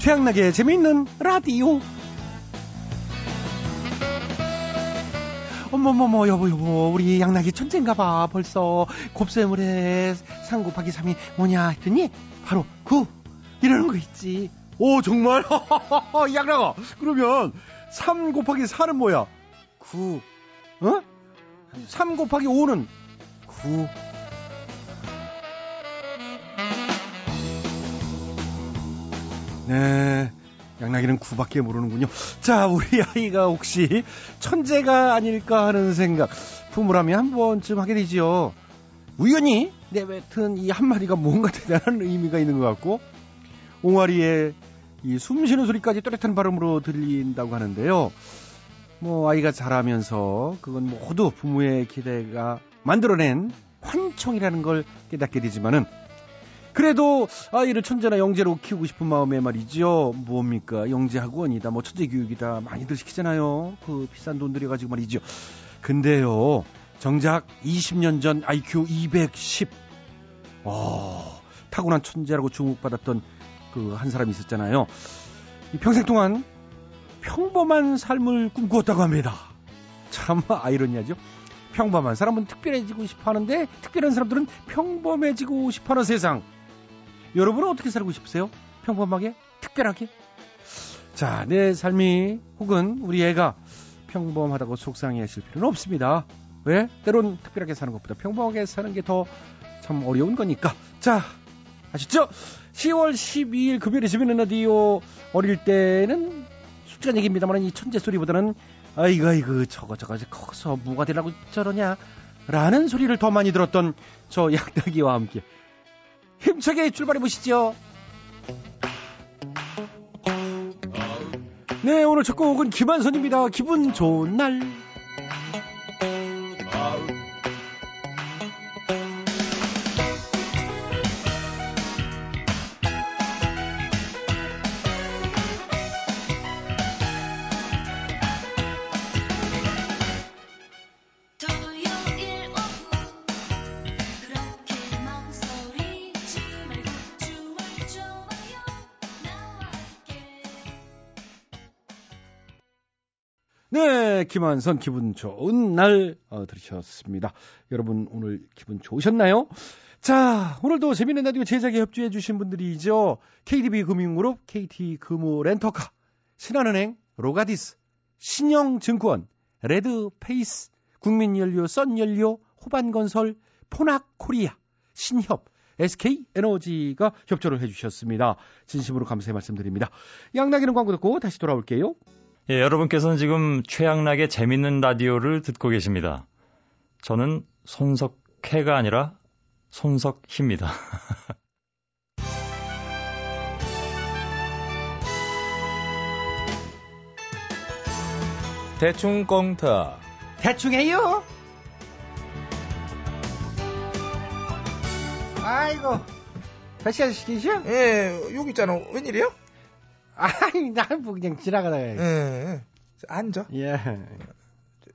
태양나게 재미있는 라디오. 어머머머 여보 여보 우리 양락이 천재인가봐 벌써 곱셈을 해3 곱하기 3이 뭐냐 했더니 바로 9 이러는 거 있지 오 정말 양락아 그러면 3 곱하기 4는 뭐야 9 어? 3 곱하기 5는 9 네. 양락이는 9밖에 모르는군요. 자, 우리 아이가 혹시 천재가 아닐까 하는 생각, 부모라면 한 번쯤 하게 되지요. 우연히 내뱉은 이 한마디가 뭔가 대단한 의미가 있는 것 같고, 옹알이의 이 숨쉬는 소리까지 또렷한 발음으로 들린다고 하는데요. 뭐, 아이가 자라면서 그건 모두 부모의 기대가 만들어낸 환청이라는 걸 깨닫게 되지만은, 그래도 아이를 천재나 영재로 키우고 싶은 마음에 말이죠. 뭡니까? 영재 학원이다, 뭐 천재 교육이다 많이들 시키잖아요. 그 비싼 돈 들여가지고 말이죠. 근데요, 정작 20년 전 IQ 210, 어, 타고난 천재라고 주목받았던 그 한 사람이 있었잖아요. 이 평생 동안 평범한 삶을 꿈꾸었다고 합니다. 참 아이러니하죠. 평범한 사람은 특별해지고 싶어 하는데 특별한 사람들은 평범해지고 싶어 하는 세상. 여러분은 어떻게 살고 싶으세요? 평범하게? 특별하게? 자, 내 삶이 혹은 우리 애가 평범하다고 속상해 하실 필요는 없습니다. 왜? 때론 특별하게 사는 것보다 평범하게 사는 게 더 참 어려운 거니까. 자, 아시죠? 10월 12일 금요일에 재밌는 라디오 어릴 때는 솔직한 얘기입니다만 이 천재 소리보다는 아이고 아이고 저거 저거 커서 무가 되라고 저러냐 라는 소리를 더 많이 들었던 저 양다기와 함께 힘차게 출발해 보시죠. 네, 오늘 첫 곡은 김한선입니다. 기분 좋은 날. 토요일 오후 그렇게 망설이지 말고 좋아 좋아요 oh, 나와 함께 네, 김한선 기분 좋은 날 어, 들으셨습니다. 여러분 오늘 기분 좋으셨나요? 자, 오늘도 재밌는 라디오 제작에 협조해 주신 분들이죠. KDB 금융그룹, KT 금호 렌터카, 신한은행, 로가디스, 신영증권, 레드페이스, 국민연료, 썬연료, 호반건설, 포낙코리아, 신협, SK 에너지가 협조를 해주셨습니다. 진심으로 감사의 말씀드립니다. 양락이는 광고 듣고 다시 돌아올게요. 예, 여러분께서는 지금 최양락의 재밌는 라디오를 듣고 계십니다. 저는 손석해가 아니라 손석희입니다. 대충 꽁타 대충 해요. 아이고, 다시 하시겠죠? 예 여기 있잖아 웬일이야? 아니, 난뭐 그냥 지나가다가. 예, 예 앉아 예.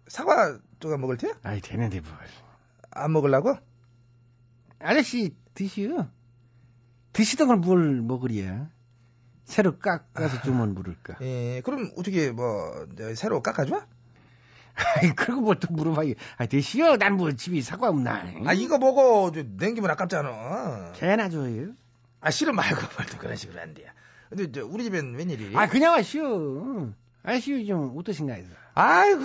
사과 조각 먹을 테야? 아이, 되는데 뭘. 안 먹으려고? 아저씨, 드시오. 드시던 걸 뭘 먹으랴. 새로 깎아서 주면 물을까. 예 그럼 어떻게 뭐 이제 새로 깎아줘? 아이, 그리고 뭘 또 물어봐요. 아이, 드시오. 난 뭐 집이 사과 없나. 아 이거 먹어 저 냉기면 아깝잖아 개나 줘요. 아 싫으면 말고 말도 그런 식으로 안 돼요 근데 저 우리 집엔 웬일이? 아, 그냥 와시오. 아시오, 좀 어떠신가 해서. 아이고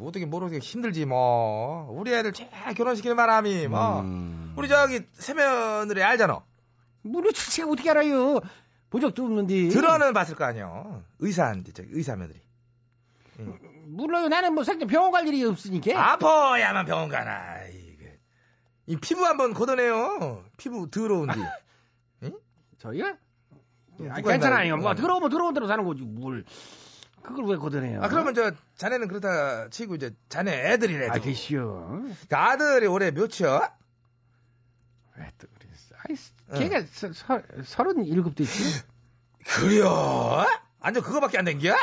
어떻게 모르게 힘들지 뭐 우리 애들 제 결혼시킬 바람이 뭐 음. 우리 저기 세며느리 알잖아 물을 제가 어떻게 알아요. 보적도 없는데. 들어는 봤을 거 아니요 의사인데 저기 의사 며느리 물론 나는 뭐 사실 병원 갈 일이 예. 없으니까. 아파야만 병원 가나. 이거. 이 피부 한번 걷어내요. 피부 더러운데. 저희가? 아, 누가 괜찮아요. 나- 뭐 어. 들어오면 들어온 대로 사는 거지 뭘. 그걸 왜 걷어내요? 아 그러면 저 자네는 그렇다 치고 이제 자네 애들이래도 아, 계시오. 아, 들이 올해 몇이야? 왜 또 그랬어? 아이, 걔가 서- 서- 서른 일곱 됐지? 그려? 완전 그거밖에 안 된겨?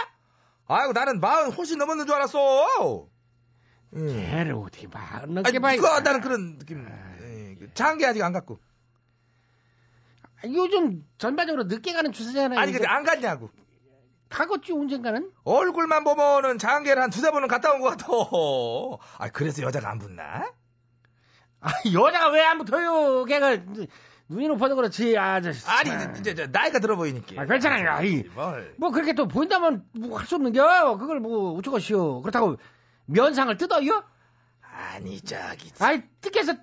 아이고 나는 마흔 훨씬 넘었는 줄 알았어. 응. 걔를 어떻게 막 아니 넘게 봐요. 아, 그거 나는 그런 느낌. 예, 그 장기 아직 안 갖고. 요즘 전반적으로 늦게 가는 추세잖아요. 아니 이제 근데 안 갔냐고. 가겠지 언젠가는? 얼굴만 보면은 장계를 한 두세 번은 갔다 온 것 같아. 아 그래서 여자가 안 붙나? 아 여자가 왜 안 붙어요? 걔가 눈- 눈이 높아서 그렇지. 아, 저, 아니 이제, 이제, 이제 나이가 들어 보이니까. 아, 괜찮아요. 아이. 뭘. 뭐 그렇게 또 보인다면 뭐 할 수 없는겨. 그걸 뭐 어쩌고시오. 그렇다고 면상을 뜯어요? 아니 저기. 아이 뜯겨서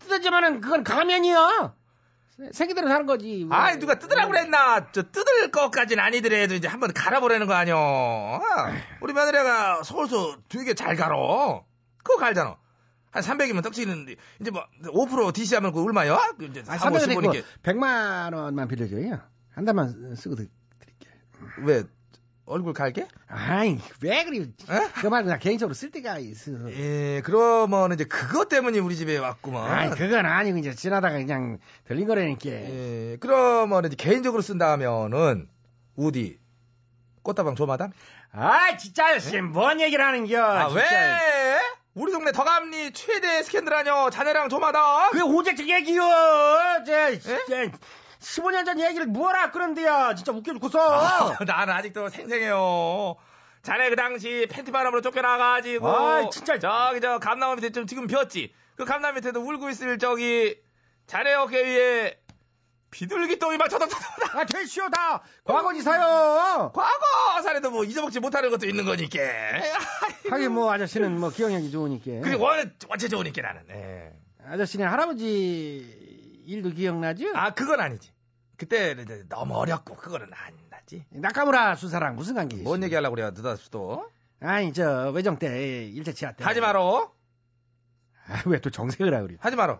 뜯었지만은 그건 가면이야. 생기대로 사는 거지. 뭐. 아이 누가 뜯으라고 그랬나? 저 뜯을 것까진 아니더라도 이제 한번 갈아보라는 거 아니오. 어? 우리 며느리가 서울서 되게 잘 갈어. 그거 갈잖아. 한 300이면 떡치는데 이제 뭐 5% DC하면 그 얼마요? 그 이제 아, 3 5 선배님 1 그 5 100만 원만 빌려줘요. 한 달만 쓰고 드- 드릴게요. 왜 얼굴 갈게? 아이 왜 그리? 에? 그 말은 나 개인적으로 쓸 데가 있어. 예, 그러면 이제 그것 때문에 우리 집에 왔구만. 아이 그건 아니고 이제 지나다가 그냥 들린 거라니까. 예, 그러면 이제 개인적으로 쓴다면은 우디 꽃다방 조마담? 아 진짜 씨, 뭔 얘기를 하는겨? 아, 진짜. 왜? 우리 동네 더감리 최대 스캔들 아니여 자네랑 조마담? 그게 언제적 얘기요? 제, 제 15년 전 얘기를 뭐라 그런데요? 진짜 웃겨 죽겠어. 아, 나는 아직도 생생해요. 자네 그 당시 팬티 바람으로 쫓겨나가지고. 아이, 진짜. 저기 저 감나무 밑에 좀 지금 비었지. 그 감나무 밑에도 울고 있을 저기 자네 어깨 위에 비둘기 똥이 막 쳐다쳐다. 아, 됐시오, 다! 과거지사요! 과거 사례도 뭐 잊어먹지 못하는 것도 있는 거니까. 하긴 뭐, 아저씨는 뭐, 기억력이 좋으니까. 그게 원, 원체 좋으니까 나는. 예. 아저씨는 할아버지 일도 기억나죠? 아, 그건 아니지. 그때 이제 너무 어렸고, 그거는 안 나지. 나카무라 수사랑 무슨 관계? 뭔 얘기 하려고 그래요, 느닷없이 또. 아니, 저, 외정 때, 일제치하 때. 네. 하지 마로. 아, 왜 또 정색을 하고 그래. 하지 마로.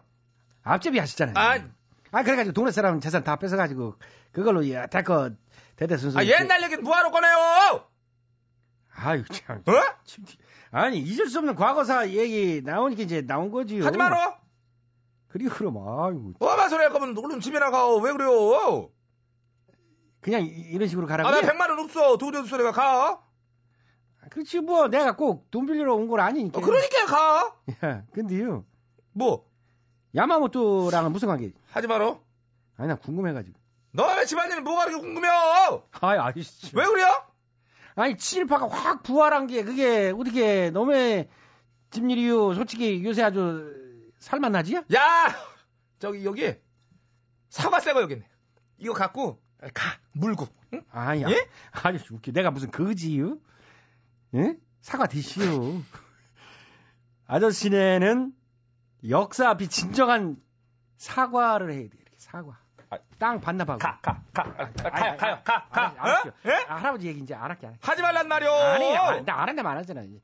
앞제비 하시잖아요. 아, 아, 그래가지고 동네 사람 재산 다 뺏어가지고, 그걸로 여태껏 대대순순. 아, 옛날 얘기 뭐하러 꺼내요! 아유, 참. 어? 아니, 잊을 수 없는 과거사 얘기 나오니까 이제 나온 거지요. 하지 마로! 그리고 그럼, 아유. 엄마 소리 할 거면 얼른 집에 나가. 왜 그래요? 그냥 이- 이런 식으로 가라고. 아, 나 그래? 백만 원 없어. 도리도 소리가 어, 가. 그렇지 뭐 내가 꼭 돈 빌리러 온 건 아니니까. 어, 그러니까 가. 야, 근데요 뭐? 야마모토랑은 무슨 관계? 하지 마로. 아니 나 궁금해가지고. 너 왜 집안일 뭐가 그렇게 궁금해요? 아이 아저씨. 왜 그래요? 아니 친일파가 확 부활한 게 그게 어떻게 너의 집일이요? 솔직히 요새 아주 살맛 나지? 야! 저기, 여기. 사과 새거 여기 있네. 이거 갖고, 가. 물고. 응? 아니 예? 아저씨 웃겨. 내가 무슨 거지요? 예? 사과 드시오. 아저씨네는 역사 앞이 진정한 사과를 해야 돼. 이렇게 사과. 아. 땅 반납하고. 가, 가, 가. 가, 아니, 가요, 가요, 아니, 가, 가. 아니, 알았어요. 어? 예? 아, 할아버지 얘기 이제 안 할게 안 할게. 하지 말란 말이오. 아니 아, 나안 한다면 안 하잖아 이제.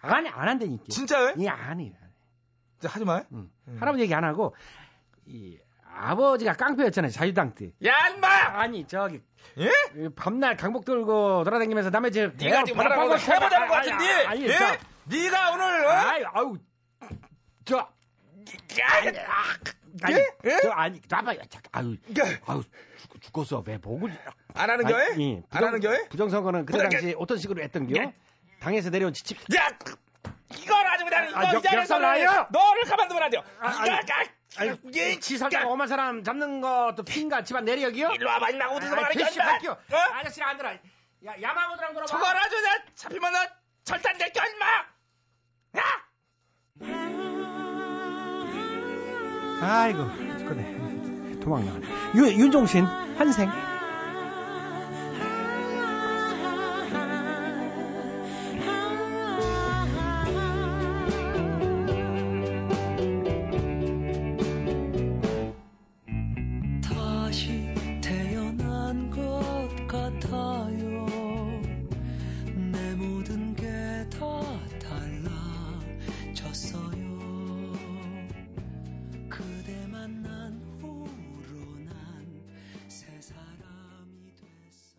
아니 안 한다니까. 진짜요? 이안 해. 진짜 하지 마. 응. 음. 할아버지 얘기 안 하고 이 아버지가 깡패였잖아요 자유당 때. 야, 인마! 아니 저기 예? 이 밤날 강복 돌고 돌아다니면서 남의 집. 네가 지금 말하고 고 해보자는 것 같은데. 아니 예? 저. 네가 오늘 어? 아이 아우 저. 아니, 아, 아니, 예? 저 아니, 나봐, 아유, 이게 아유, 죽, 죽었어, 왜 목을 안 하는 아니, 거에? 예. 안 하는 거에? 부정선거는 그때 부정선- 당시 어떤 식으로 했던 겨? 당에서 내려온 지침. 야, 이걸 아주 그냥 이거 아, 역- 이자리에서 역살나요? 너를- 너를 가만두면 안 돼요. 아, 이거 아니, 아, 아니, 이게 지 살짝 진짜. 엄한 사람 잡는 것도 핀가 집안 내력이요? 일로 와봐, 일로 와 어디서 말하는 거야? 대시 인마. 할게요. 어? 아저씨가 안 들어. 야, 야마모드랑 돌아봐. 저걸 아주 그냥 잡히면 너 절단 될거 인마. 야! 아이고, 죽겠네. 도망 나가네. 윤, 윤종신, 한생. 다시 태어난 것 같아요 내 모든 게 다 달라졌어요 그대 만난 후로 난 새 사람이 됐어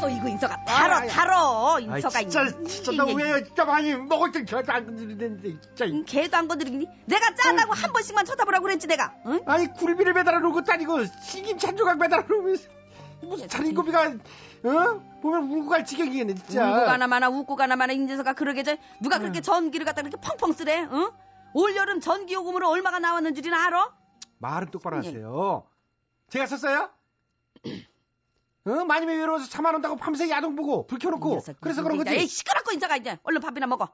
어이구 인서가 달어 달어 아이, 인서가 아, 진짜, 진짜 나 왜, 진짜 많이 먹을 때 겨자 안 건드리는데, 진짜. 응, 걔도 안 건드리니 내가 짜다고 한 번씩만 쳐다보라고 그랬지 내가 응? 아니, 굴비를 매달아 놓은 것도 아니고, 식임 찬조각 매달아 놓으면서, 무슨 자린고비가, 어? 보면 울고 갈 지경이겠네, 진짜. 울고 가나 마나 웃고 가나 마나 인재서가 그러게 저 누가 그렇게 전기를 갖다 이렇게 펑펑 쓰래 응? 올여름 전기 요금으로 얼마가 나왔는 줄이나 알아? 말은 똑바로 음. 하세요. 제가 썼어요? 어? 마님이 외로워서 차만 온다고 밤새 야동 보고 불 이 켜놓고 녀석, 그래서 그런 이제, 거지. 에이 시끄럽고 인자가 이제 얼른 밥이나 먹어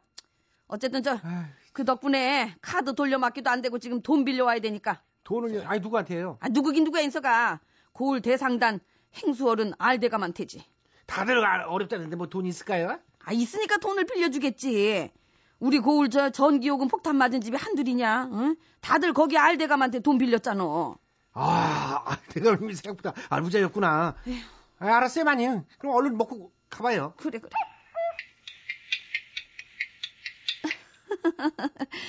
어쨌든 저 아휴, 그 덕분에 카드 돌려막기도 안 되고 지금 돈 빌려와야 되니까 돈을 아니 누구한테 해요? 아 누구긴 누구야 인서가 고을 대상단 행수어른 알대가만 되지 다들 아- 어렵다는데 뭐 돈 있을까요? 아 있으니까 돈을 빌려주겠지 우리 고을 저 전기요금 폭탄 맞은 집이 한둘이냐 응? 다들 거기 알대감한테 돈 빌렸잖아 아, 아, 내가 이미 생각보다 알부자였구나. 아, 알았어요, 마님. 그럼 얼른 먹고 가봐요. 그래 그래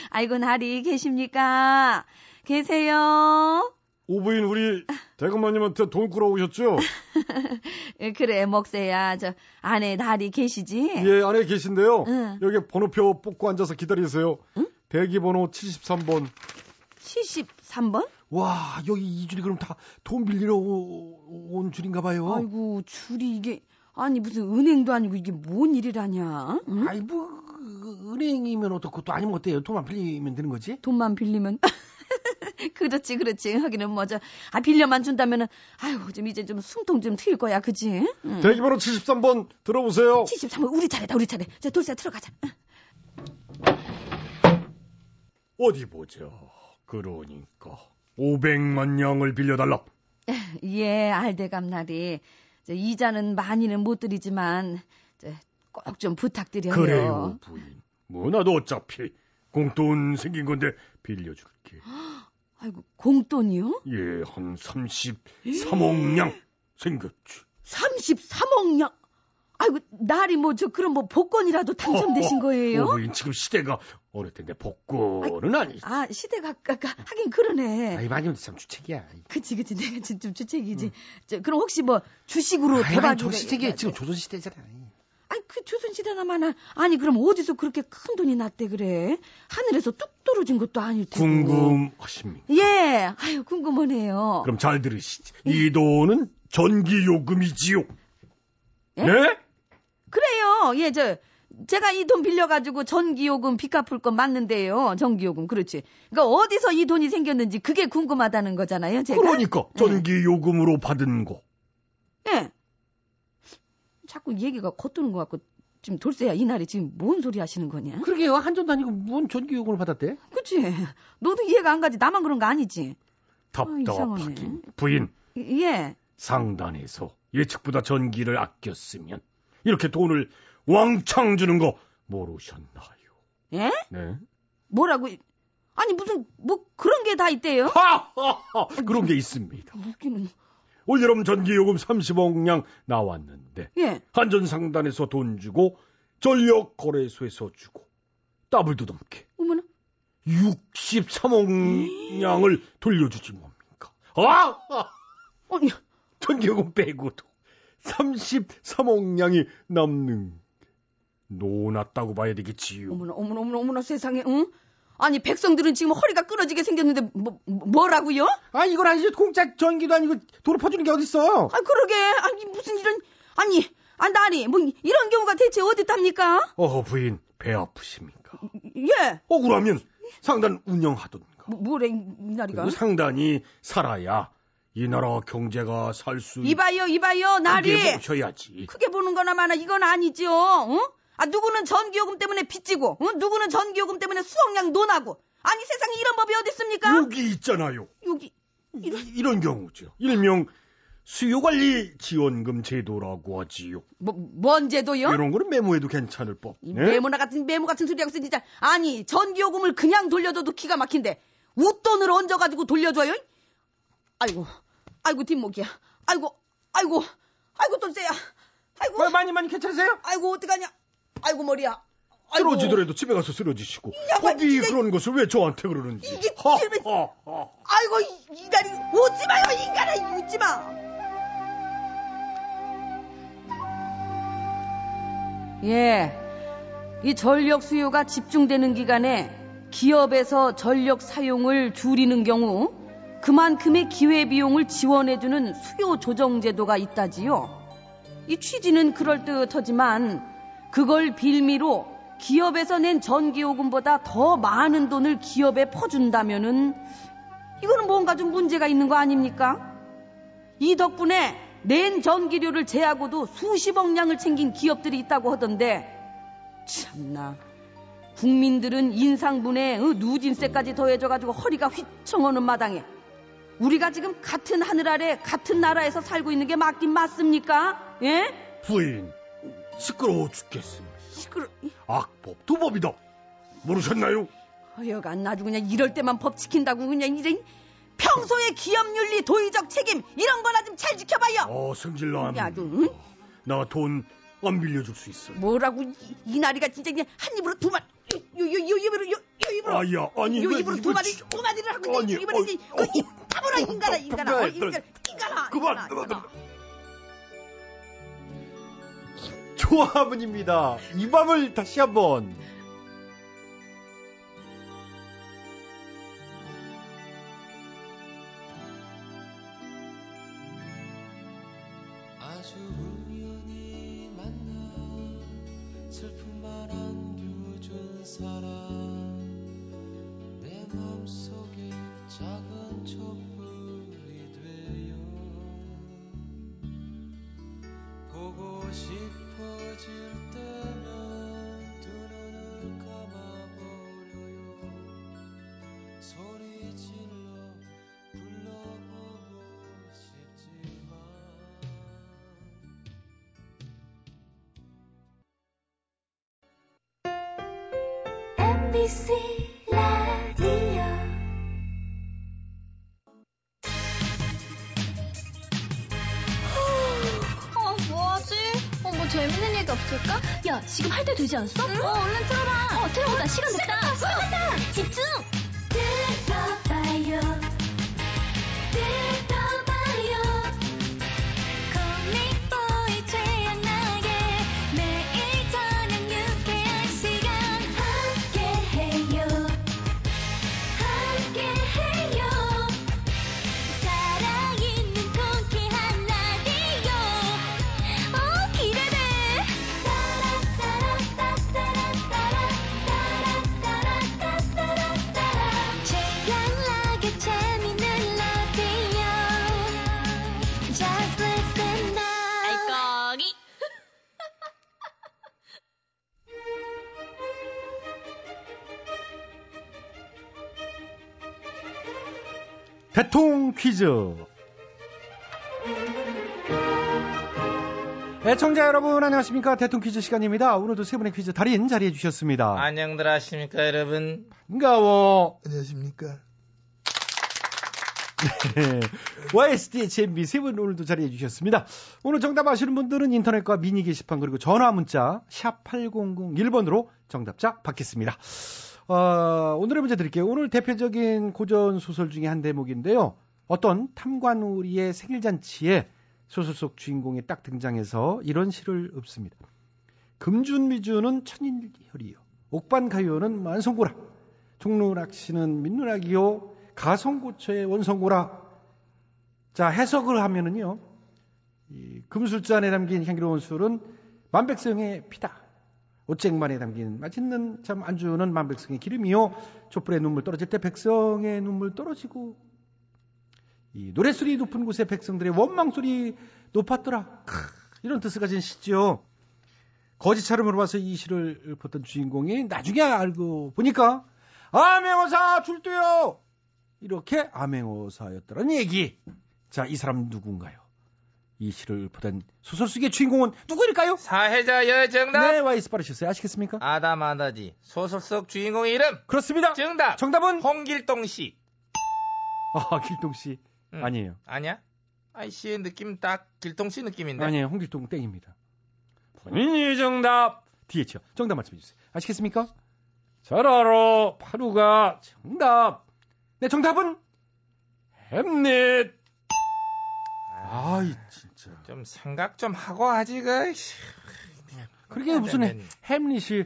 아이고 나리 계십니까 계세요 오부인 우리 대감마님한테 돈 끌어오셨죠? 그래 먹세야 저 아내 나리 계시지 예, 안에 계신데요. 응. 여기 번호표 뽑고 앉아서 기다리세요. 대기번호 73번. 73번 와, 여기 이 줄이 그럼 다 돈 빌리러 오- 온 줄인가 봐요. 어. 아이고 줄이 이게 아니 무슨 은행도 아니고 이게 뭔 일이라냐 응? 아이, 뭐, 그 은행이면 어떻고 또 아니면 어때요? 돈만 빌리면 되는 거지? 돈만 빌리면 그렇지 그렇지 하기는 뭐죠 아 빌려만 준다면은 아유 좀 이제 좀 숨통 좀 트일 거야 그지 응. 대기번호 73번 들어보세요. 73번 우리 차례다 우리 차례 자 돌쇠 들어가자 어디 보자. 그러니까 500만 양을 빌려달라. 예 알대감나리 저 이자는 많이는 못 드리지만 꼭 좀 부탁드려요 그래요, 부인. 뭐 나도 어차피 공돈 생긴 건데 빌려줄게. 아이고 공돈이요 예, 한 33억 양 생겼지. 33억냥 아이고 나리 뭐 저 그럼 뭐 복권이라도 당첨되신 거예요 어, 오부인 지금 시대가 어느 때인데 복권은 아니지. 아 시대가 가- 가- 하긴 그러네 아이, 마님 참 주책이야. 그치 그치 내가 지금 주책이지 저, 그럼 혹시 뭐 주식으로 아이, 마님 대박이 저 시대기 지금 조선시대잖아. 아니 그 조선시대나마나 아니 그럼 어디서 그렇게 큰 돈이 났대 그래 하늘에서 뚝 떨어진 것도 아닐 테고 궁금하십니까? 예 아유 궁금하네요 그럼 잘 들으시지. 네. 이 돈은 전기요금이지요. 예? 네? 그래요 예 저 제가 이 돈 빌려가지고 전기요금 빚 갚을 건 맞는데요 전기요금 그렇지 그러니까 어디서 이 돈이 생겼는지 그게 궁금하다는 거잖아요 제가 네. 그러니까 전기요금으로 받은 거. 예. 자꾸 얘기가 겉도는 것 같고 지금 돌쇠야 이날이 지금 뭔 소리 하시는 거냐? 그러게요. 한 점도 아니고 뭔 전기 요금을 받았대? 그치? 너도 이해가 안 가지. 나만 그런 거 아니지? 이상하네. 답답하긴. 부인, 예. 상단에서 예측보다 전기를 아꼈으면 이렇게 돈을 왕창 주는 거 모르셨나요? 예? 네? 뭐라고? 아니 무슨 뭐 그런 게 다 있대요? 하하하! 그런 게 있습니다. 아, 웃기는. 올여름 전기요금 30억량 나왔는데 예. 한전상단에서 돈 주고 전력 거래소에서 주고 더블도 넘게 어머나. 63억 양을 돌려주지 뭡니까? 아! 아! 아니. 전기요금 빼고도 33억 양이 남는 노났다고 봐야 되겠지요. 어머나 어머나 어머나 어머나 세상에. 응? 아니 백성들은 지금 허리가 끊어지게 생겼는데 뭐, 뭐- 뭐라고요? 아 이건 아니지. 공짜 전기도 아니고 돈을 퍼주는 게 어딨어? 아 그러게. 아니 무슨 이런 아니 아 나리 뭐 이런 경우가 대체 어디 답니까? 어 부인 배 아프십니까? 예. 억울하면 상단 운영하던가. 뭐, 뭐래 이- 이날이가? 그리고 상단이 살아야 이 나라 경제가 살 수 있게 이봐요, 이봐요, 나리. 모셔야지. 크게 보는 거나 마나 이건 아니죠. 어? 아 누구는 전기요금 때문에 빚지고, 어? 누구는 전기요금 때문에 수억량 논하고. 아니 세상에 이런 법이 어디 있습니까? 여기 있잖아요. 여기 이- 이런 경우죠. 일명 수요관리 지원금 제도라고 하지요. 뭐, 뭔 제도요? 이런 거는 메모해도 괜찮을 법. 이 네? 메모나 같은 메모 같은 소리하고 있어 진짜. 아니 전기요금을 그냥 돌려줘도 기가 막힌데 웃돈을 얹어가지고 돌려줘요? 아이고, 아이고 뒷목이야. 아이고, 아이고, 아이고 돈세야. 아이고, 어, 마님 마님 괜찮으세요? 아이고 어떡하냐. 아이고 머리야. 아이고. 쓰러지더라도 집에 가서 쓰러지시고 양반 어디 진짜- 그런 것을 왜 저한테 그러는지 이게 허, 질문- 허, 허. 아이고 이- 이다리 웃지 마요 인간아 웃지 마. 예, 이 전력 수요가 집중되는 기간에 기업에서 전력 사용을 줄이는 경우 그만큼의 기회 비용을 지원해주는 수요 조정 제도가 있다지요. 이 취지는 그럴듯하지만 그걸 빌미로 기업에서 낸 전기요금보다 더 많은 돈을 기업에 퍼준다면은 이거는 뭔가 좀 문제가 있는 거 아닙니까? 이 덕분에 낸 전기료를 제하고도 수십억 량을 챙긴 기업들이 있다고 하던데 참나 국민들은 인상분에 어, 누진세까지 더해져가지고 허리가 휘청하는 마당에 우리가 지금 같은 하늘 아래 같은 나라에서 살고 있는 게 맞긴 맞습니까? 예? 부인 시끄러워 죽겠습니다 시끄러... 악법 두법이다 모르셨나요? 허여간 아주 그냥 이럴 때만 법 지킨다고 그냥 이래 평소에 기업윤리 도의적 책임 이런 거나 좀 잘 지켜봐요 어 아, 야, 성질나 좀. 나 돈 안 빌려줄 수 있어 뭐라고 이, 이 나리가 진짜 그냥 한 입으로 두 마리 요 요 요 입으로 요, 요 입으로 아야 아니 요 왜 입으로 두 이걸 마리 진짜- 두 마리를 하고 아니, 있는데 이번에 어, 이제 그이 어, 타보라 인간아 어, 인간아 어, 그만, 인간 인간아 그만, 그만, 인간아 조화문입니다. 이 밤을 다시 한번. 아주 우연히 만난 슬픔만 안겨준 사람 내 맘속에 작은 촛불이 되어 보고 싶어질 때면 두 눈을 감아버려요 소리 질러 불러보고 싶지만 MBC 라디오 어, 뭐하지? 어, 뭐 재밌는 얘기 없을까? 야, 지금 할 때 되지 않았어? 어, 얼른 틀어라. 어, 틀어보자. 시간 됐다. 다 집중! 들어봐요 들어봐요 코믹보이 최양락의 매일 저녁 유쾌한 시간 함께해요 함께해요 사랑있는 통쾌한 라디오 어 기대돼 최양락의 재밌는 라디오 Just listen now 알거기. 대통 퀴즈. 애청자 여러분 안녕하십니까 대통 퀴즈 시간입니다. 오늘도 세 분의 퀴즈 달인 자리해 아, 주셨습니다. 안녕들 하십니까 여러분 반가워. 안녕하십니까 네. YSDHMB 세 분 오늘도 자리해 주셨습니다. 오늘 정답 아시는 분들은 인터넷과 미니 게시판 그리고 전화 문자 샵 8001번으로 정답자 받겠습니다. 어, 오늘의 문제 드릴게요. 오늘 대표적인 고전 소설 중에 한 대목인데요. 어떤 탐관우리의 생일잔치에 소설 속 주인공이 딱 등장해서 이런 시를 읊습니다. 금준미주는 천일혈이요. 옥반가요는 만성고라. 종로락시는 민누락이요. 가성고처의 원성고라. 자, 해석을 하면은요. 이 금술잔에 담긴 향기로운 술은 만백성의 피다. 옷쟁반에 담긴 맛있는 참 안주는 만백성의 기름이요. 촛불에 눈물 떨어질 때 백성의 눈물 떨어지고. 이 노래소리 높은 곳에 백성들의 원망소리 높았더라. 크, 이런 뜻을 가진 시죠. 거짓차림으로 와서 이 시를 읊었던 주인공이 나중에 알고 보니까 암행어사 출두요 이렇게 암행어사였다는 얘기 자 이 사람 누군가요 이 시를 읊은 소설 속의 주인공은 누구일까요 사회자여 정답 네 와이스 빠르셨어요 아시겠습니까 아담 아다지 소설 속 주인공의 이름 그렇습니다 정답 정답은 홍길동 씨 아 길동 씨 음. 아니에요 아니야 아이 씨의 느낌 딱 길동 씨 느낌인데 아니에요 홍길동 땡입니다 본인이 정답 DH요. 정답 맞춰주세요. 아시겠습니까? 잘 알아. 파루가 정답. 네, 정답은 햄릿. 아이 진짜. 좀 생각 좀 하고 하지 그. 씨. 그러게 무슨 해- 햄릿이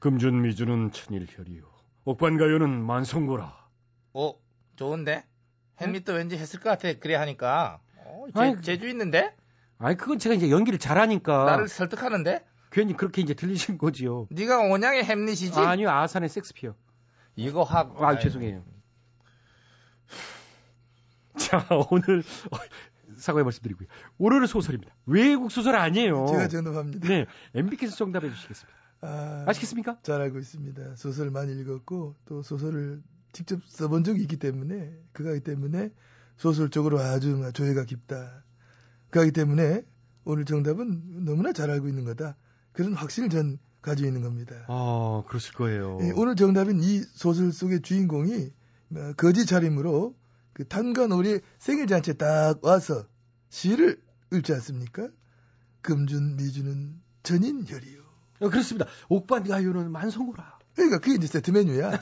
금준미주는 천일혈이요. 옥반가요는 만성고라. 오 어, 좋은데 햄릿도 왠지 했을 것 같아 그래 하니까 어, 제, 아이, 제주 있는데 아니 그건 제가 이제 연기를 잘하니까 나를 설득하는데 괜히 그렇게 이제 들리신 거지요. 네가 온양의 햄릿이지 아니요 아산의 섹스피어. 이거 하고 아 죄송해요. 자 오늘 어, 사과의 말씀드리고요. 오늘의 소설입니다. 외국 소설 어. 아니에요. 제가 전화합니다. 네 MB께서 정답해 주시겠습니다. 아, 아시겠습니까? 잘 알고 있습니다. 소설 많이 읽었고 또 소설을 직접 써본 적이 있기 때문에 그거기 때문에 소설 쪽으로 아주 조예가 깊다. 그거기 때문에 오늘 정답은 너무나 잘 알고 있는 거다. 그런 확신을 전 가지고 있는 겁니다. 아 그러실 거예요. 예, 오늘 정답은 이 소설 속의 주인공이 어, 거지 차림으로 그 탄관오리의 생일 잔치에 딱 와서 시를 읽지 않습니까? 금준 미주는 전인혈이요. 어, 그렇습니다. 옥반가요는 만성고라. 그러니까 그게 이제 세트 메뉴야.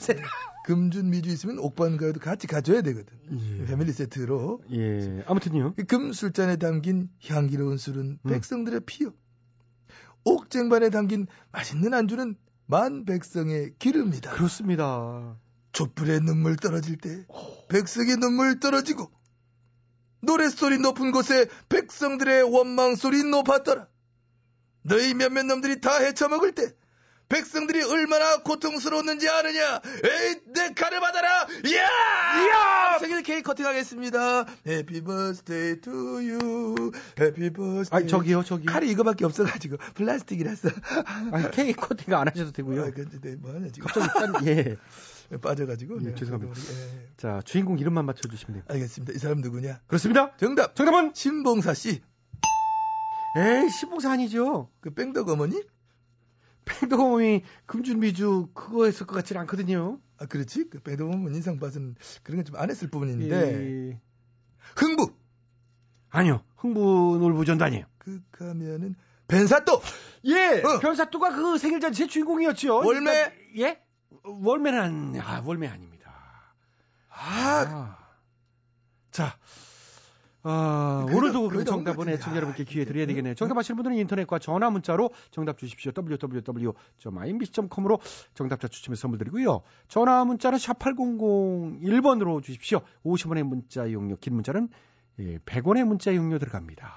금준 미주 있으면 옥반가요도 같이 가져야 되거든. 음. 패밀리 세트로. 예 아무튼요. 이 금술잔에 담긴 향기로운 술은 백성들의 피요. 옥쟁반에 담긴 맛있는 안주는 만 백성의 기름이다. 그렇습니다. 촛불의 눈물 떨어질 때 백성의 눈물 떨어지고 노랫소리 높은 곳에 백성들의 원망소리 높았더라. 너희 몇몇 놈들이 다 헤쳐먹을 때 백성들이 얼마나 고통스러웠는지 아느냐? 에이, 내 칼을 받아라! 야! 야! 생일 케이크 커팅하겠습니다. Happy birthday to you. Happy birthday. 아 저기요 저기. 칼이 이거밖에 없어가지고 플라스틱이라서. 아 케이크 커팅 안 하셔도 되고요. 뭐야, 근데 내 뭐하냐 지금 일단 예. 빠져가지고. 예, 내가 죄송합니다. 그동안, 예, 예. 자 주인공 이름만 맞춰주시면 돼요. 알겠습니다. 이 사람 누구냐? 그렇습니다. 정답. 정답은 신봉사 씨. 에이 시봉사 아니죠. 그 뺑덕 어머니? 팽도공이 금준미주 그거 했을 것 같지는 않거든요. 아 그렇지. 그 뺑덕 어머니 인상 봐서는 그런 건 좀 안 했을 부분인데. 예. 흥부. 아니요. 흥부놀부전도 아니에요. 그 가면은 벤사또. 예. 어. 변사또가 그 생일잔치의 주인공이었죠. 월매? 그러니까, 예? 월매는 아니- 아 월매 아닙니다. 아, 자. 아, 그래도- 오늘도 그럼 그래도 정답은 뭔가 애청자 야, 여러분께 기회 드려야 이게- 되겠네요. 정답 아시는 분들은 인터넷과 전화 문자로 정답 주십시오. www.imbc.com으로 정답자 추첨해 선물 드리고요. 전화 문자는 샵 8001번으로 주십시오. 50원의 문자 이용료, 긴 문자는 예, 100원의 문자 이용료 들어갑니다.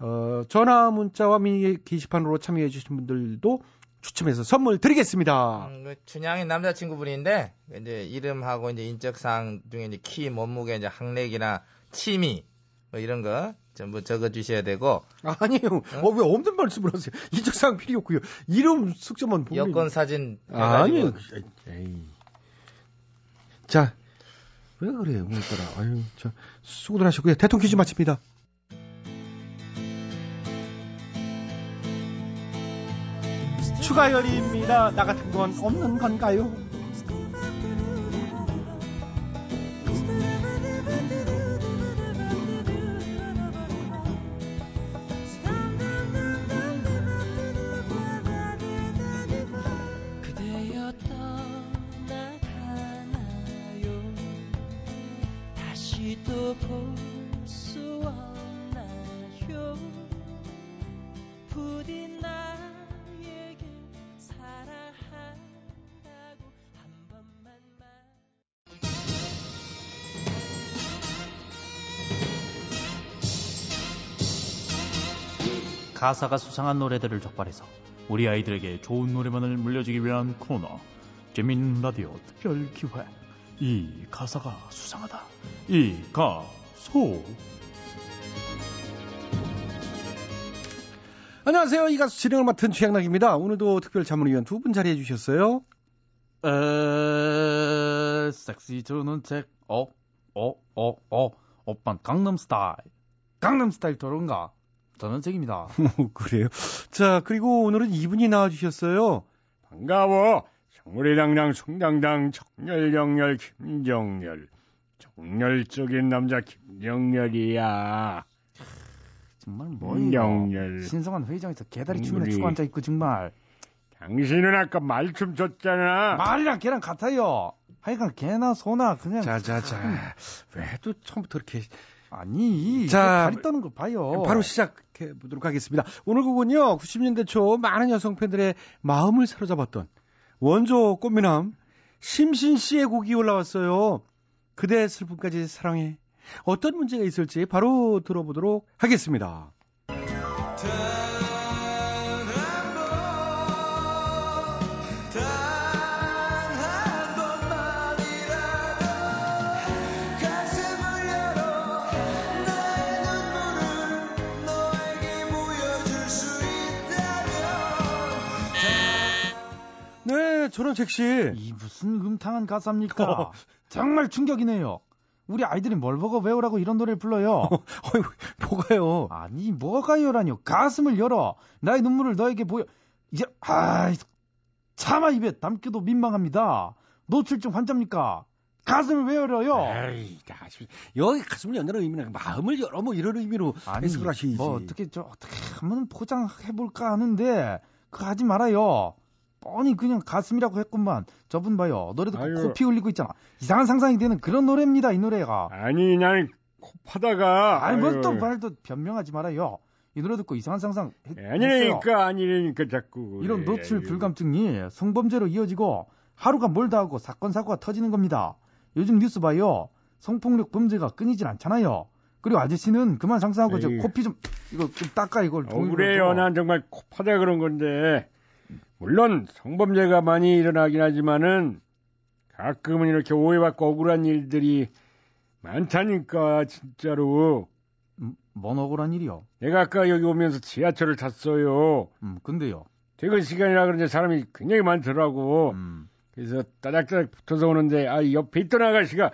어, 전화 문자와 미니 게시판으로 참여해 주신 분들도 추첨해서 선물 드리겠습니다. 음, 그 춘향의 남자친구분인데 이제 이름하고 이제 인적사항 중에 이제 키, 몸무게, 이제 학歴이나 취미 뭐 이런 거 전부 적어 주셔야 되고 아니요. 어, 왜 없는 말씀을 하세요? 인적사항 필요 없고요. 이름 숙제만 보면 여권 사진 음. 아니요. 해가지고 에이. 자, 왜 그래요, 오늘따라. 아유, 자, 수고들 하셨고요. 대통령 퀴즈 마칩니다. 추가열입니다. 나 같은 건 없는 건가요? 그대여 떠나가나요 다시 또 볼 수 없나요 부디 나에게 사랑한다고 한 번만 말 가사가 수상한 노래들을 적발해서 우리 아이들에게 좋은 노래만을 물려주기 위한 코너 재밌는 라디오 특별 기회 이 가사가 수상하다 이 가소 안녕하세요. 이 가수 진행을 맡은 최양락입니다. 오늘도 특별 자문위원 두 분 자리해 주셨어요. 에 섹시 주는 책어어어어 오빤 강남 스타일 강남 스타일 토론가 저는 책입니다 오, 어, 그래요? 자, 그리고 오늘은 이분이 나와주셨어요. 반가워. 정우리당당 송당당 정열영열 김정열. 정열적인 남자 김정열이야. 정말 뭐 이거 명절. 신성한 회의장에서 개다리 음, 춤이나 우리. 추고 앉아 있고 정말 당신은 아까 말춤 줬잖아. 말이랑 걔랑 같아요. 하여간 개나 소나 그냥 자자자 왜 또 처음부터 이렇게 아니 자, 자 다리 떠는 거 봐요. 바로 시작해 보도록 하겠습니다. 오늘 곡은요, 90년대 초 많은 여성 팬들의 마음을 사로잡았던 원조 꽃미남 심신 씨의 곡이 올라왔어요. 그대 슬픔까지 사랑해. 어떤 문제가 있을지 바로 들어보도록 하겠습니다. 가슴을 열어 나의 눈물을 너에게 보여줄 수 있다면 네, 저는 잭씨. 이 무슨 음탕한 가사입니까? 정말 충격이네요. 우리 아이들이 뭘 보고 외우라고 이런 노래를 불러요. 뭐가요? 아니, 뭐가요라뇨. 가슴을 열어. 나의 눈물을 너에게 보여. 이제, 아, 차마 입에 담기도 민망합니다. 노출증 환자입니까? 가슴을 왜 열어요? 에이, 가슴, 여기 가슴을 연다는 의미는 마음을 열어 뭐 이런 의미로 해석을 하시지. 뭐 어떻게 저 어떻게 한번 포장해 볼까 하는데 그거 하지 말아요. 뻔히 그냥 가슴이라고 했건만 저분 봐요. 노래도 아유. 코피 흘리고 있잖아. 이상한 상상이 되는 그런 노래입니다. 이 노래가. 아니 난 코파다가. 아니 뭐 아유. 뭘또 말도 변명하지 말아요. 이 노래 듣고 이상한 상상 했, 했어요. 아니니까 그러니까 예, 아니니까 자꾸. 그래. 이런 노출 불감증이 성범죄로 이어지고 하루가 멀다 하고 사건 사고가 터지는 겁니다. 요즘 뉴스 봐요. 성폭력 범죄가 끊이질 않잖아요. 그리고 아저씨는 그만 상상하고 저 에이. 코피 좀 이거 좀 닦아 이걸 그렇죠. 억울해요. 난 정말 코파다 그런 건데. 물론 성범죄가 많이 일어나긴 하지만은 가끔은 이렇게 오해받고 억울한 일들이 많다니까 진짜로. 뭔 억울한 일이요? 내가 아까 여기 오면서 지하철을 탔어요. 음, 근데요. 퇴근 시간이라 그런지 사람이 굉장히 많더라고. 음. 그래서 따닥따닥 붙어서 오는데 아 옆에 있던 아가씨가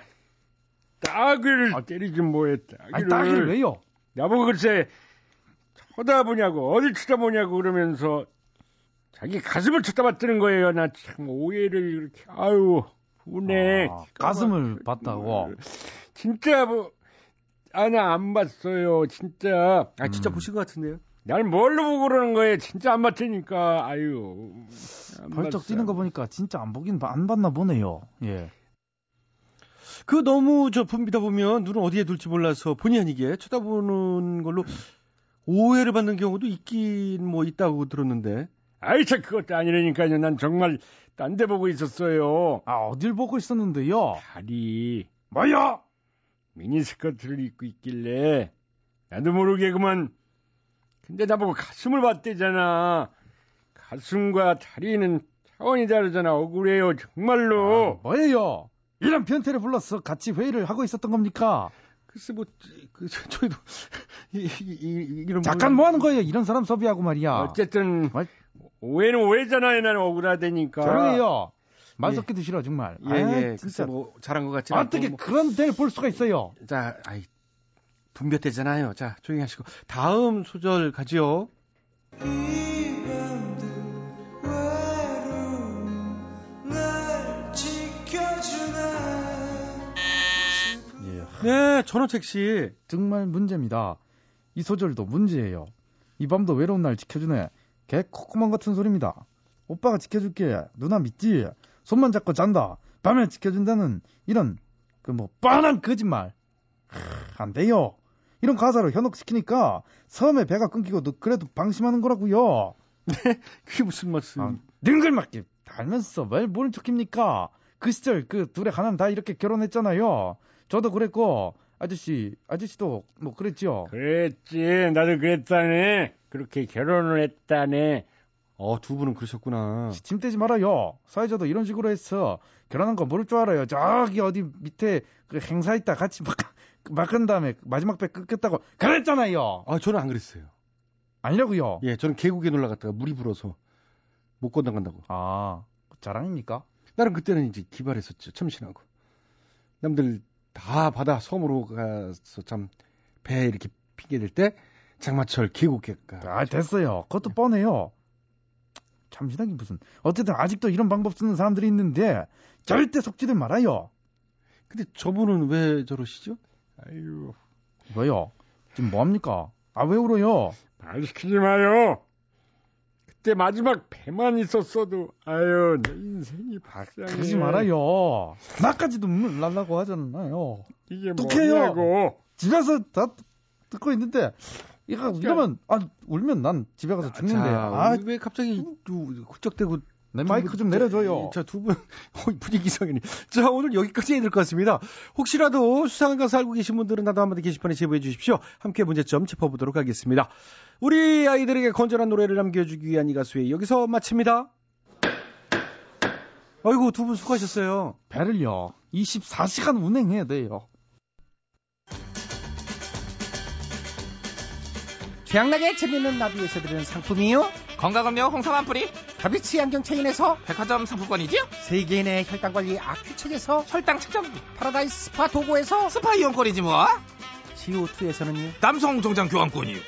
따귀를 때리지 뭐해 따귀를. 아. 아니, 따귀를 왜요? 나보고 글쎄 쳐다보냐고 어딜 쳐다보냐고 그러면서 자기 가슴을 쳐다봤다는 거예요. 나 참 오해를 이렇게 아유 분해. 아, 가슴을 봤다고. 진짜 뭐 아나 안 봤어요. 진짜. 아 음. 진짜 보신 것 같은데요? 날 뭘로 보고 그러는 거예요? 진짜 안 맞으니까 아유. 안 벌쩍 봤어요. 뛰는 거 보니까 진짜 안 보긴 봐- 안 봤나 보네요. 예. 그 너무 저 붐비다 보면 눈을 어디에 둘지 몰라서 본의 아니게 쳐다보는 걸로 오해를 받는 경우도 있긴 뭐 있다고 들었는데. 아이 참 그것도 아니라니까요. 난 정말 딴 데 보고 있었어요. 아 어딜 보고 있었는데요? 다리. 뭐야? 미니스커트를 입고 있길래 나도 모르게 그만. 근데 나보고 가슴을 봤대잖아. 가슴과 다리는 차원이 다르잖아. 억울해요. 정말로. 아, 아. 뭐예요? 이런 변태를 불러서 같이 회의를 하고 있었던 겁니까? 글쎄 뭐 그, 저희도 이, 이, 이, 이런 잠깐 뭐 하는 거예요? 이런 사람 섭외하고 말이야. 아. 어쨌든 오해는 오해잖아요. 나는 억울하다니까. 조용해요. 말 예. 섞기도 싫어 정말. 아, 예, 예. 글쎄 뭐 잘한 것 같지는 어떻게 않고 뭐. 그런 데를 볼 수가 있어요? 자, 아이 분별되잖아요. 자, 조용히 하시고 다음 소절 가지요. 날 지켜주나 예. 네, 전원책 씨. 정말 문제입니다. 이 소절도 문제예요. 이 밤도 외로운 날 지켜주네. 개 콧구멍 같은 소리입니다. 오빠가 지켜줄게. 누나 믿지? 손만 잡고 잔다. 밤에 지켜준다는 이런 그 뭐 뻔한 거짓말. 크, 안 돼요. 이런 가사로 현혹시키니까 섬에 배가 끊기고 너 그래도 방심하는 거라고요. 네, 그게 무슨 음. 말씀? 아, 능글맞게 알면서 왜 모른 척입니까? 그 시절 그 둘의 하나는 다 이렇게 결혼했잖아요. 저도 그랬고 아저씨 아저씨도 뭐 그랬죠. 그랬지. 나도 그랬다네. 그렇게 결혼을 했다네. 어, 두 분은 그러셨구나. 짐대지 어. 말아요. 사회자도 이런 식으로 해서 결혼한 거 모를 줄 알아요. 저기 어디 밑에 그 행사 있다 같이 막, 막 끈 다음에 마지막 배 끊겠다고 그랬잖아요. 아, 저는 안 그랬어요. 아니라고요. 예, 저는 계곡에 놀러 갔다가 물이 불어서 못 건너간다고. 아, 자랑입니까? 나는 그때는 이제 기발했었죠. 참신하고. 남들 다 바다 섬으로 가서 참 배 이렇게 핑계 댈때 장마철 계곡에 가. 아 됐어요. 그것도 뻔해요. 잠시나긴 무슨 어쨌든 아직도 이런 방법 쓰는 사람들이 있는데 절대 속지들 말아요. 근데 저분은 왜 저러시죠? 아유. 뭐요? 지금 뭐 합니까? 아 왜 울어요? 말 시키지 마요. 그때 마지막 배만 있었어도 아유 내 인생이 박상해. 예. 그러지 말아요. 나까지도 눈물 날라고 하잖아요. 이게 똑해요. 뭐냐고. 집에서 다 듣- 듣고 있는데 이거 그러니까 이러면 아 울면 난 집에 가서 죽는데. 아, 왜 갑자기 또 훌쩍대고 내 마이크 좀 내려줘요. 자두분 분위기 이상이네. 자 오늘 여기까지 해야 될 것 같습니다. 혹시라도 수상한 가수 알고 계신 분들은 나도 한마디 게시판에 제보해 주십시오. 함께 문제점 짚어보도록 하겠습니다. 우리 아이들에게 건전한 노래를 남겨주기 위한 이 가수의 여기서 마칩니다. 아이고 두 분 수고하셨어요. 배를요. 24시간 운행해야 돼요. 최양락의 재밌는 라디오에서 드리는 상품이요. 건강음료 홍삼 한 뿌리. 다비치 안경 체인에서 백화점 상품권이지요? 세계인의 혈당관리 아큐책에서 혈당 측정. 파라다이스 스파 도구에서 스파 이용권이지 뭐. CO2에서는요. 남성 정장 교환권이요.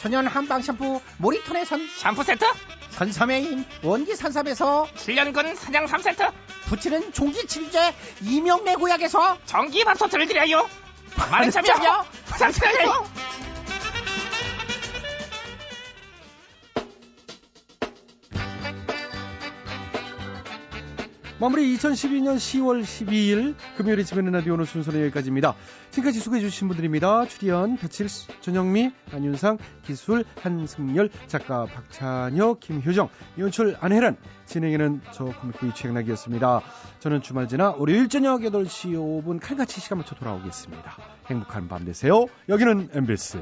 천연 한방 샴푸 모리톤에선 샴푸 세트. 선삼의 힘 원기 산삼에서 7년근 사냥 3세트. 붙이는 종기 침제 이명래 고약에서 전기 밥솥을 드려요. 아, 많은 참여요. 부탁드려요. 마무리 2012년 10월 12일 금요일에 집에는 라디오 오늘 순서는 여기까지입니다. 지금까지 소개해 주신 분들입니다. 출연 배칠 전영미, 안윤상, 기술 한승열, 작가 박찬혁, 김효정, 연출 안혜란, 진행에는 저 코믹부이 최양락이었습니다. 저는 주말 지나 월요일 저녁 8시 5분 칼같이 시간 맞춰 돌아오겠습니다. 행복한 밤 되세요. 여기는 MBC.